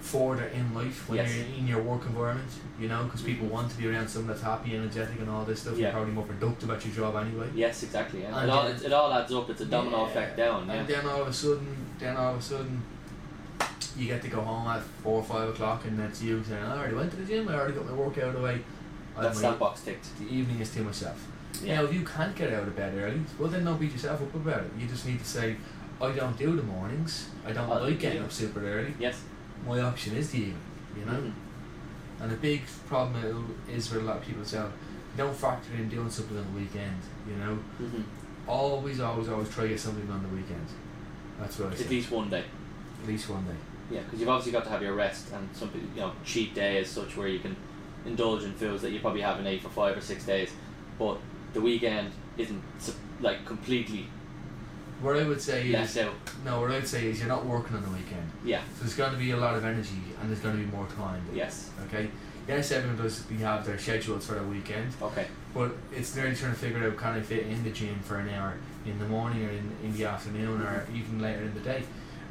S2: further in life when
S1: Yes.
S2: you're in your work environment, you know, because people want to be around someone that's happy, energetic, and all this stuff.
S1: Yeah.
S2: You're probably more productive at your job anyway.
S1: yes, exactly. Yeah. It
S2: And
S1: all
S2: then-
S1: it, it all adds up. It's a domino
S2: Yeah.
S1: effect down. Yeah,
S2: And then all of a sudden, then all of a sudden, you get to go home at four or five o'clock, and that's you saying, "I already went to the gym. I already got my workout away. I have
S1: that's
S2: my-
S1: that box ticked.
S2: The evening is to myself."
S1: Yeah,
S2: Now, if you can't get out of bed early, well, then don't beat yourself up about it. You just need to say, "I don't do the mornings. I don't
S1: Well,
S2: like getting
S1: yeah.
S2: up super early.
S1: yes,
S2: My option is the evening." You know.
S1: Mhm.
S2: And a big problem is with a lot of people saying, "Don't factor in doing something on the weekend." You know.
S1: Mhm.
S2: always, always, always try to get something on the weekend. That's what I
S1: at
S2: say.
S1: least one day.
S2: At least one day.
S1: Yeah, because you've obviously got to have your rest and some pe- you know cheat day as such where you can indulge in foods that you probably haven't ate for five or six days, but the weekend isn't su- like completely
S2: What I would say
S1: left
S2: is
S1: out.
S2: no. What I would say is you're not working on the weekend.
S1: Yeah.
S2: So there's going to be a lot of energy and there's going to be more time.
S1: Yes.
S2: Okay. Yes, everyone does. They have their schedules for the weekend,
S1: Okay.
S2: but it's really trying to figure out can I fit in the gym for an hour in the morning or in, in the afternoon or even later in the day.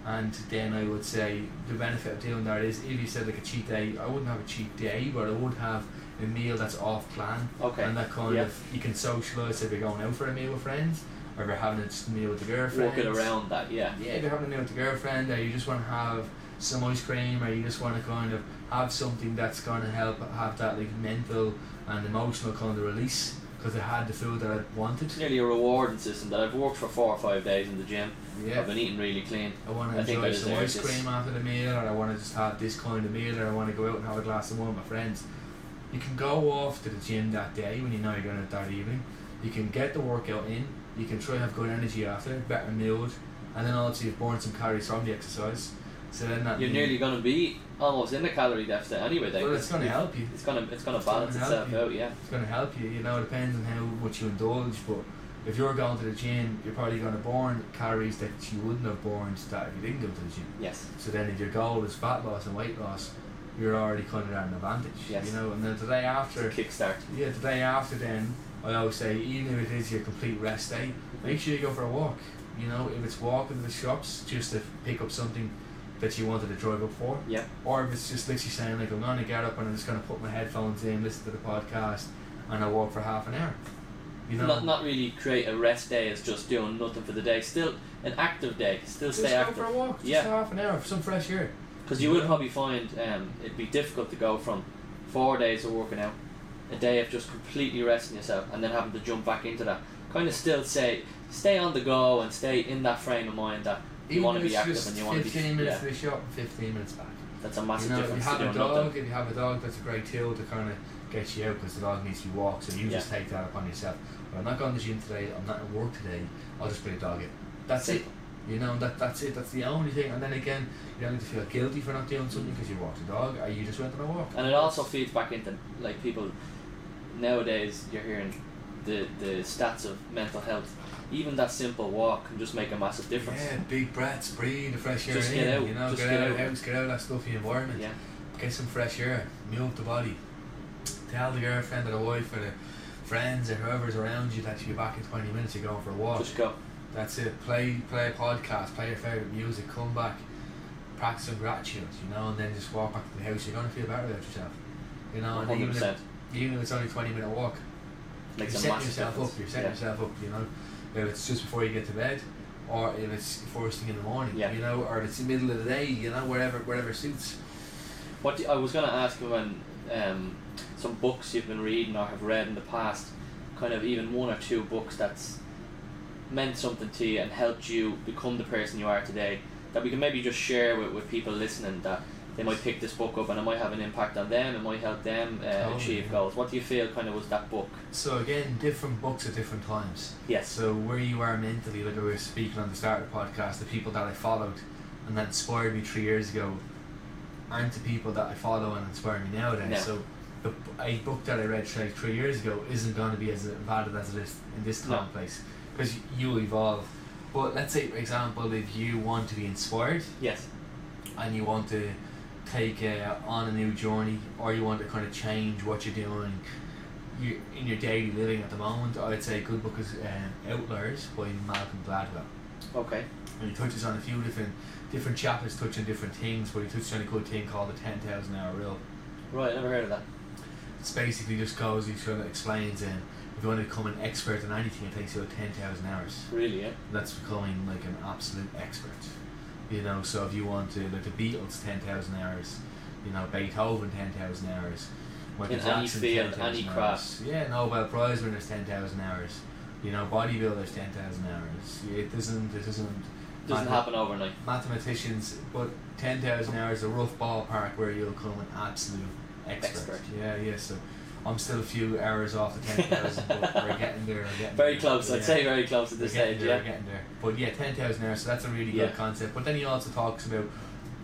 S2: And then I would say the benefit of doing that is if you said like a cheat day, I wouldn't have a cheat day, but I would have a meal that's off plan.
S1: Okay.
S2: and that kind
S1: Yeah.
S2: of you can socialise if you're going out for a meal with friends or if you're having a meal with the girlfriend.
S1: Walking around that. Yeah.
S2: Yeah, if you're having a meal with the girlfriend or you just want to have some ice cream or you just want to kind of have something that's going to help have that like mental and emotional kind of release because I had the food that I wanted.
S1: It's nearly a rewarding system that I've worked for four or five days in the gym.
S2: Yeah.
S1: I've been eating really clean.
S2: I want to
S1: I think I
S2: enjoy some
S1: deserve
S2: ice
S1: this.
S2: cream after the meal, or I want to just have this kind of meal, or I want to go out and have a glass of wine with my friends. You can go off to the gym that day when you know you're going out that evening. You can get the workout in. You can try and have good energy after, better mood, and then also you've burned some calories from the exercise. So then that
S1: You're
S2: mean-
S1: nearly going to be almost in the calorie deficit anyway. Like,
S2: Mm-hmm. Well, it's going to help you.
S1: It's gonna it's gonna balance
S2: It's gonna help
S1: itself
S2: you.
S1: out, yeah.
S2: It's going to help you. You know, it depends on how much you indulge. But if you're going to the gym, you're probably going to burn calories that you wouldn't have burned that if you didn't go to the gym.
S1: Yes.
S2: So then, if your goal is fat loss and weight loss, you're already kind of at an advantage.
S1: Yes.
S2: You know, and then the day
S1: It's a
S2: after,
S1: kickstart.
S2: yeah, the day after, then I always say, even if it is your complete rest day, make sure you go for a walk. You know, if it's walking to the shops just to pick up something that you wanted to drive up for,
S1: Yeah.
S2: or if it's just literally saying like I'm gonna get up and I'm just gonna put my headphones in, listen to the podcast, and I walk for half an hour. You know,
S1: Not not really create a rest day as just doing nothing for the day. Still an active day. Still
S2: just
S1: stay
S2: go for
S1: active.
S2: a walk, just
S1: Yeah.
S2: half an hour for some fresh air.
S1: Because you would probably find um, it'd be difficult to go from four days of working out, a day of just completely resting yourself, and then having to jump back into that. Kind of still say, stay on the go and stay in that frame of mind that you
S2: Even
S1: want to be
S2: if it's
S1: active
S2: just
S1: and you want to be.
S2: fifteen minutes
S1: Yeah,
S2: to the shop and fifteen minutes back.
S1: that's a massive
S2: you know, if you
S1: difference
S2: have
S1: to
S2: a
S1: doing
S2: dog,
S1: nothing.
S2: if you have a dog, that's a great tool to kind of get you out because the dog needs to be walked. So you
S1: Yeah.
S2: just take that upon yourself. Well, I'm not going to the gym today. I'm not at work today. I'll just put a dog in. That's it. You know, that that's it. That's the only thing. And then again, you don't need to feel guilty for not doing something because you walked a dog or you just went on a walk.
S1: And it also feeds back into like people nowadays. You're hearing the the stats of mental health. Even that simple walk can just make a massive difference.
S2: Yeah, big breaths, breathe the fresh air
S1: Just
S2: in.
S1: get out,
S2: You know,
S1: just
S2: get,
S1: get
S2: out of the
S1: out.
S2: house, get out of that stuffy environment.
S1: Yeah.
S2: Get some fresh air, move the body. Tell the girlfriend or the wife or the friends or whoever's around you that you'll be back in 20 minutes, you're going for a walk.
S1: Just go.
S2: That's it. Play play a podcast, play your favourite music, come back, practice some gratitude, you know, and then just walk back to the house. You're gonna feel better about yourself. You know, and
S1: Hundred
S2: even if,
S1: percent
S2: even if it's only twenty minute walk,
S1: makes
S2: you're
S1: a
S2: setting
S1: massive
S2: yourself
S1: difference.
S2: up, you're setting
S1: Yeah.
S2: yourself up, you know. If it's just before you get to bed or if it's first thing in the morning,
S1: Yeah.
S2: you know, or it's the middle of the day, you know, wherever wherever suits.
S1: What do, I was going to ask you when um, some books you've been reading or have read in the past, kind of even one or two books that's meant something to you and helped you become the person you are today, that we can maybe just share with, with people listening that they might pick this book up and it might have an impact on them, it might help them uh,
S2: Totally,
S1: achieve
S2: Oh, yeah.
S1: goals. What do you feel kind of was that book?
S2: So again, different books at different times.
S1: Yes.
S2: So where you are mentally, like we were speaking on the start of the podcast, the people that I followed and that inspired me three years ago aren't the people that I follow and inspire me nowadays.
S1: No.
S2: So the, a book that I read three, three years ago isn't going to be as valid as it is in this time
S1: No.
S2: and place because you evolve. But let's say, for example, if you want to be inspired
S1: Yes.
S2: and you want to take uh, on a new journey or you want to kind of change what you're doing you, in your daily living at the moment, I'd say a good book is um, Outliers by Malcolm Gladwell.
S1: Okay.
S2: And he touches on a few different different chapters, touching different things, but he touches on a good thing called the 10,000 hour rule.
S1: Right, I never heard of that.
S2: It's basically just goes, he sort of explains, um, if you want to become an expert in anything, it takes you 10,000 hours
S1: Really, yeah.
S2: that's becoming like an absolute expert. You know, so if you want to, like the Beatles, ten thousand hours. You know, Beethoven, ten thousand hours. Michael
S1: In any
S2: Jackson,
S1: field, any
S2: 10,000 hours. Yeah, Nobel Prize winners, ten thousand hours. You know, bodybuilders, ten thousand hours. It doesn't. It doesn't.
S1: Doesn't
S2: mathe-
S1: happen overnight.
S2: Mathematicians, but ten thousand hours a rough ballpark where you'll come an absolute expert.
S1: Expert.
S2: Yeah, yeah. So. I'm still a few hours off the 10,000, but we're getting there. We're getting
S1: Very
S2: there.
S1: close, I'd
S2: Yeah.
S1: say very close at this
S2: We're getting
S1: stage,
S2: there,
S1: yeah.
S2: we're getting there. But yeah, ten thousand hours. So that's a really
S1: Yeah.
S2: good concept. But then he also talks about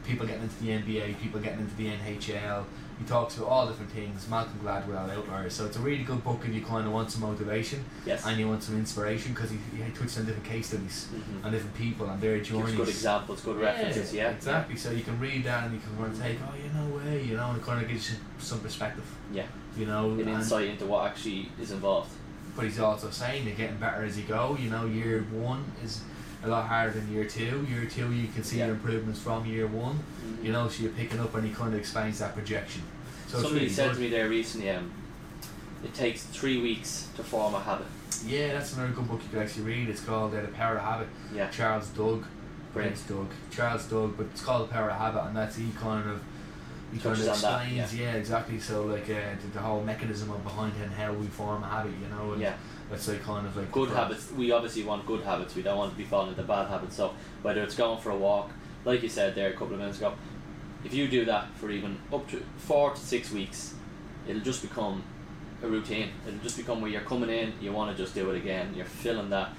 S2: people getting into the NBA, people getting into the NHL. He talks about all different things. Malcolm Gladwell, Outliers. So it's a really good book if you kind of want some motivation
S1: Yes.
S2: and you want some inspiration because he, he touches on different case studies
S1: Mhm.
S2: and different people and their
S1: Gives
S2: journeys.
S1: good examples, good references, yeah.
S2: Exactly. So you can read that and you can kind of take, oh, yeah, no way, you know, and it kind of gives you some perspective.
S1: Yeah.
S2: You know,
S1: an
S2: and-
S1: insight into what actually is involved.
S2: but he's also saying you're getting better as you go. You know, year one is a lot harder than year two. Year two, you can see
S1: Yeah.
S2: your improvements from year one. You know, so you're picking up, and he kind of explains that projection. So it's
S1: Somebody
S2: really
S1: said
S2: good.
S1: to me there recently, um, it takes three weeks to form a habit.
S2: yeah, that's another good book you could actually read. It's called uh, The Power of Habit.
S1: Yeah,
S2: Charles Doug.
S1: Brilliant.
S2: Prince Doug. Charles Doug, but it's called The Power of Habit, and that's he kind of. He kind of
S1: Touches on that,
S2: explains, yeah. exactly. So, like, uh, the, the whole mechanism of behind and how we form a habit, you know, and
S1: yeah.
S2: let's say kind of like
S1: Good
S2: the-
S1: habits. We obviously want good habits. We don't want to be falling into bad habits. So whether it's going for a walk, like you said there a couple of minutes ago, if you do that for even up to four to six weeks, it'll just become a routine. It'll just become where you're coming in, you want to just do it again. You're filling that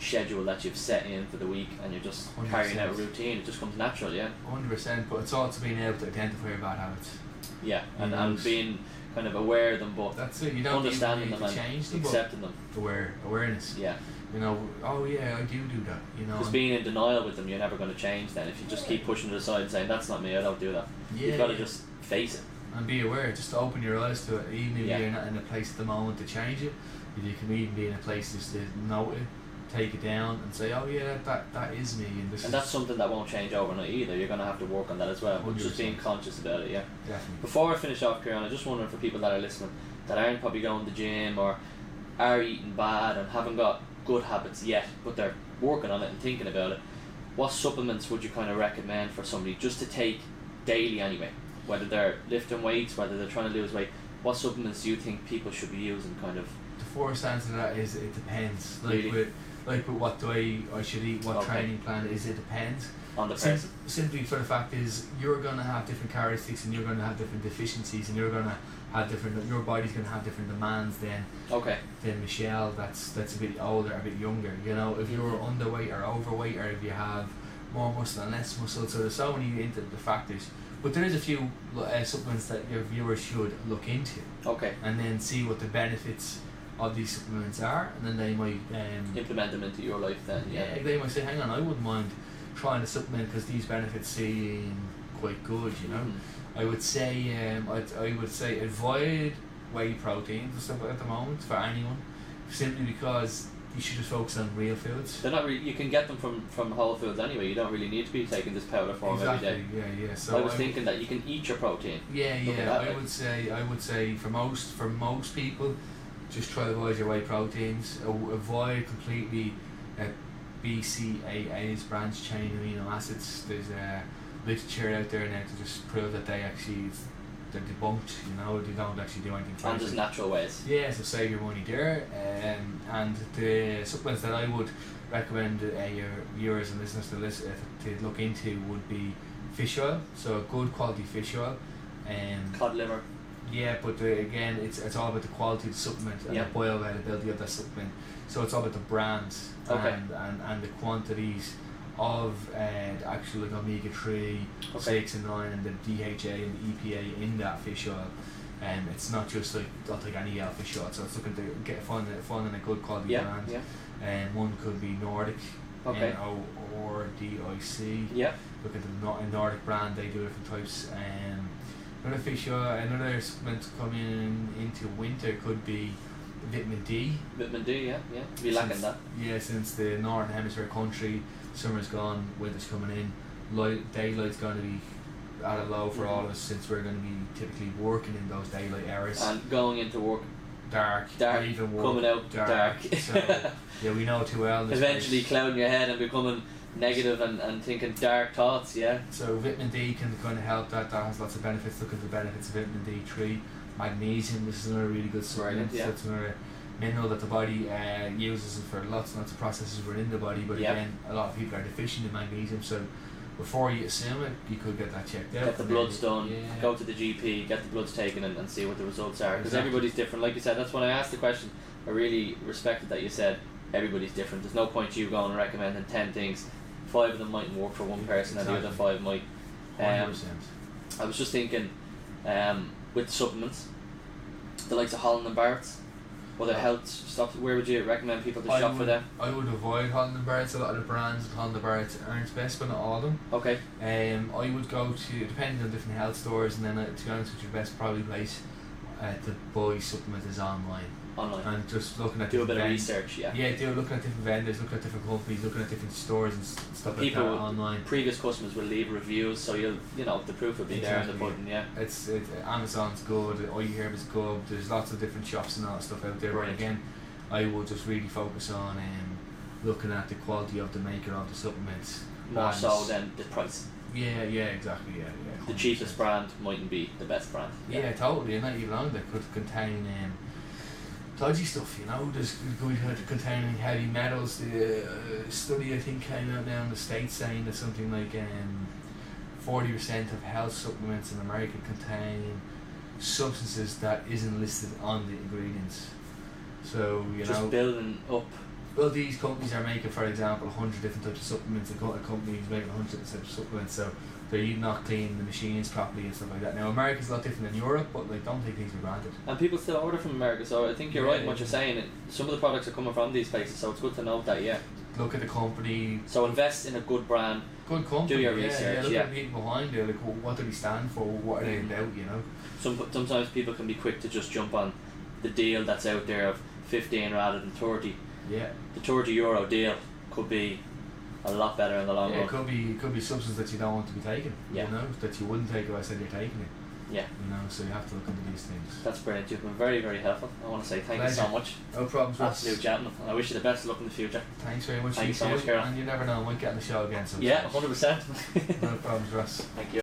S1: schedule that you've set in for the week and you're just carrying out a
S2: 100%.
S1: routine. It just comes natural, yeah.
S2: hundred percent. But it's also being able to identify your bad habits.
S1: Yeah, and,
S2: Mhm.
S1: and being kind of aware of them, but
S2: That's it. You don't
S1: Understanding
S2: even need
S1: them
S2: to
S1: and
S2: change them. but
S1: accepting them.
S2: Aware awareness.
S1: Yeah,
S2: You know. Oh yeah, I do do that. You know.
S1: because
S2: and-
S1: being in denial with them, you're never going to change. Then if you just keep pushing it aside and saying that's not me, I don't do that.
S2: yeah,
S1: You've got to
S2: yeah.
S1: just face it.
S2: and be aware. Just open your eyes to it. Even if
S1: Yeah.
S2: you're not in a place at the moment to change it, if you can even be in a place just to note it, take it down, and say, "Oh yeah, that that is me," and this
S1: And
S2: is
S1: that's something that won't change overnight either. You're going to have to work on that as well. But just
S2: 100%.
S1: being conscious about it, yeah.
S2: definitely
S1: Before I finish off, Kieran, I just wondering for people that are listening that aren't probably going to the gym or are eating bad and haven't got good habits yet, but they're working on it and thinking about it. What supplements would you kind of recommend for somebody just to take daily anyway? Whether they're lifting weights, whether they're trying to lose weight, what supplements do you think people should be using? Kind of
S2: the first answer to that is it depends. Like
S1: Really?
S2: with like with what do I I should eat, what
S1: Okay.
S2: training plan is. It depends.
S1: on the
S2: Sim-
S1: person.
S2: simply for the fact is you're gonna have different characteristics and you're gonna have different deficiencies and you're gonna have different your body's gonna have different demands then
S1: Okay.
S2: than Michelle that's that's a bit older, a bit younger. You know, if you're underweight or overweight or if you have more muscle and less muscle, so there's so many into the factors. But there is a few uh, supplements that your viewers should look into
S1: Okay.
S2: and then see what the benefits of these supplements are, and then they might um,
S1: Implement them into your life then. Yeah.
S2: yeah, they might say, hang on, I wouldn't mind trying to supplement because these benefits seem quite good, you know.
S1: Mhm.
S2: I would say, um, I'd, I would say avoid whey proteins and stuff at the moment for anyone, simply because you should just focus on real foods.
S1: They're not really, you can get them from, from Whole Foods anyway. You don't really need to be taking this powder form every day.
S2: exactly. Yeah, yeah. So
S1: I was
S2: I-
S1: thinking that you can eat your protein.
S2: Yeah,
S1: Look at
S2: yeah.
S1: that,
S2: I
S1: like-
S2: would say, I would say for most, for most people, just try to avoid your whey proteins. A- Avoid completely uh, BCAAs, branched chain amino acids. There's uh, literature out there now to just prove that they actually they're debunked. You know, they don't actually do anything.
S1: And
S2: harmful.
S1: there's natural ways.
S2: Yeah, so save your money there. Um, and the supplements that I would recommend uh, your viewers and listeners to listen to look into would be fish oil. So good quality fish oil. Um,
S1: Cod liver.
S2: yeah, but uh, again, it's it's all about the quality of the supplement and
S1: Yeah.
S2: the bioavailability of that supplement. So it's all about the brands
S1: Okay.
S2: and, and, and the quantities of uh, the actual like omega three
S1: Okay.
S2: six and nine and the DHA and the EPA in that fish oil. Um, it's not just like I'll take any oil fish oil. So it's looking to get finding finding a good quality
S1: Yeah.
S2: brand.
S1: Yeah.
S2: And one could be Nordic,
S1: Okay.
S2: N O R D I C.
S1: Yeah.
S2: Look at the Nor- a Nordic brand. They do different types. Um, another fish oil, another supplement coming into winter could be vitamin D.
S1: Vitamin D. Yeah. Yeah. Be lacking
S2: Since-
S1: that.
S2: Yeah, since the northern hemisphere country, summer's gone, winter's coming in, light daylight's going to be at a low for all of us since we're going to be typically working in those daylight hours.
S1: And going into work,
S2: dark,
S1: dark,
S2: or even work,
S1: coming out
S2: dark.
S1: dark.
S2: so yeah, we know too well. this
S1: Eventually
S2: place.
S1: clouding your head and becoming negative and, and thinking dark thoughts. Yeah.
S2: So vitamin D can kind of help that. That has lots of benefits. Look at the benefits of vitamin D three, magnesium. This is another really good supplement.
S1: Right, yeah.
S2: That's another mineral that the body uh, uses for lots and lots of processes within the body. But
S1: Yeah.
S2: again, a lot of people are deficient in magnesium. So before you assume it, you could get that checked out.
S1: Get the
S2: and then-
S1: bloods done.
S2: Yeah.
S1: Go to the GP. Get the bloods taken and, and see what the results are. Because
S2: Exactly.
S1: everybody's different. Like you said, that's when I asked the question. I really respected that you said everybody's different. There's no point you going and recommending ten things. Five of them mightn't work for one person, and the other
S2: Exactly.
S1: five might.
S2: Hundred
S1: Um,
S2: percent.
S1: I was just thinking, um, with supplements, the likes of Holland and Barrett's, or the
S2: Yeah.
S1: health stuff, where would you recommend people to
S2: I
S1: shop for
S2: would-
S1: them?
S2: I would avoid Holland and Barrett's. A lot of the brands of Holland and Barrett's aren't best, but not all of them.
S1: Okay,
S2: Um, I would go to depending on different health stores, and then uh, to be honest with you, best probably place uh, to buy supplements is online.
S1: online.
S2: And just looking at
S1: Do a bit
S2: different
S1: of
S2: vend-
S1: research, yeah.
S2: Yeah, do looking at different vendors, looking at different companies, looking at different stores and s- stuff like
S1: People
S2: that
S1: will-
S2: online.
S1: Previous customers will leave reviews, so you'll, you know, the proof will be there in the
S2: Exactly.
S1: pudding, yeah.
S2: It's it, Amazon's good, all you hear is good. There's lots of different shops and all that stuff out there. But
S1: Right.
S2: again, I will just really focus on um, looking at the quality of the maker of the supplements.
S1: More so
S2: Brands.
S1: than the price.
S2: Yeah, yeah, exactly. Yeah, yeah.
S1: The
S2: 100%.
S1: cheapest brand mightn't be the best brand.
S2: Yeah, totally. And not even long that could contain um, dodgy stuff, you know. There's going to contain heavy metals. The uh, study I think came out now in the States saying that something like um, 40% of health supplements in America contain substances that isn't listed on the ingredients. So, you
S1: Just
S2: know.
S1: building up
S2: well, these companies are making, for example, 100 different types of supplements. A co- a company is making 100 different types of supplements, so they're u- not cleaning the machines properly and stuff like that. Now, America's a lot different than Europe, but like, don't take things for granted.
S1: And people still order from America, so I think you're
S2: Yeah,
S1: right in what
S2: yeah.
S1: you're saying. It, some of the products are coming from these places, so it's good to note that, yeah.
S2: Look at the company,
S1: So invest in a good brand.
S2: good company.
S1: your
S2: yeah, Yeah,
S1: research,
S2: look
S1: yeah. Mm.
S2: at the people behind there. Like, what, what do they stand for? What are they about? You know.
S1: Some, sometimes people can be quick to just jump on the deal that's out there of 15 rather than 30.
S2: Yeah.
S1: The 30 euro deal could be a lot better in the long
S2: yeah
S1: run.
S2: it could be it could be substance that you don't want to be taking.
S1: Um, Yeah.
S2: You know that you wouldn't take if I said you're taking it.
S1: Yeah.
S2: You know, so you have to look into these things.
S1: That's brilliant. You've been very, very helpful. I want to say thank you so
S2: Pleasure.
S1: much.
S2: No problems. Russ.
S1: Absolute gentleman. And I wish you the best of luck in the future.
S2: Thanks very much.
S1: Thank
S2: you
S1: you so much,
S2: too,
S1: Carol.
S2: And you never know, I might get on the show again. So
S1: Yeah, 100%.
S2: no problems, Russ.
S1: thank you.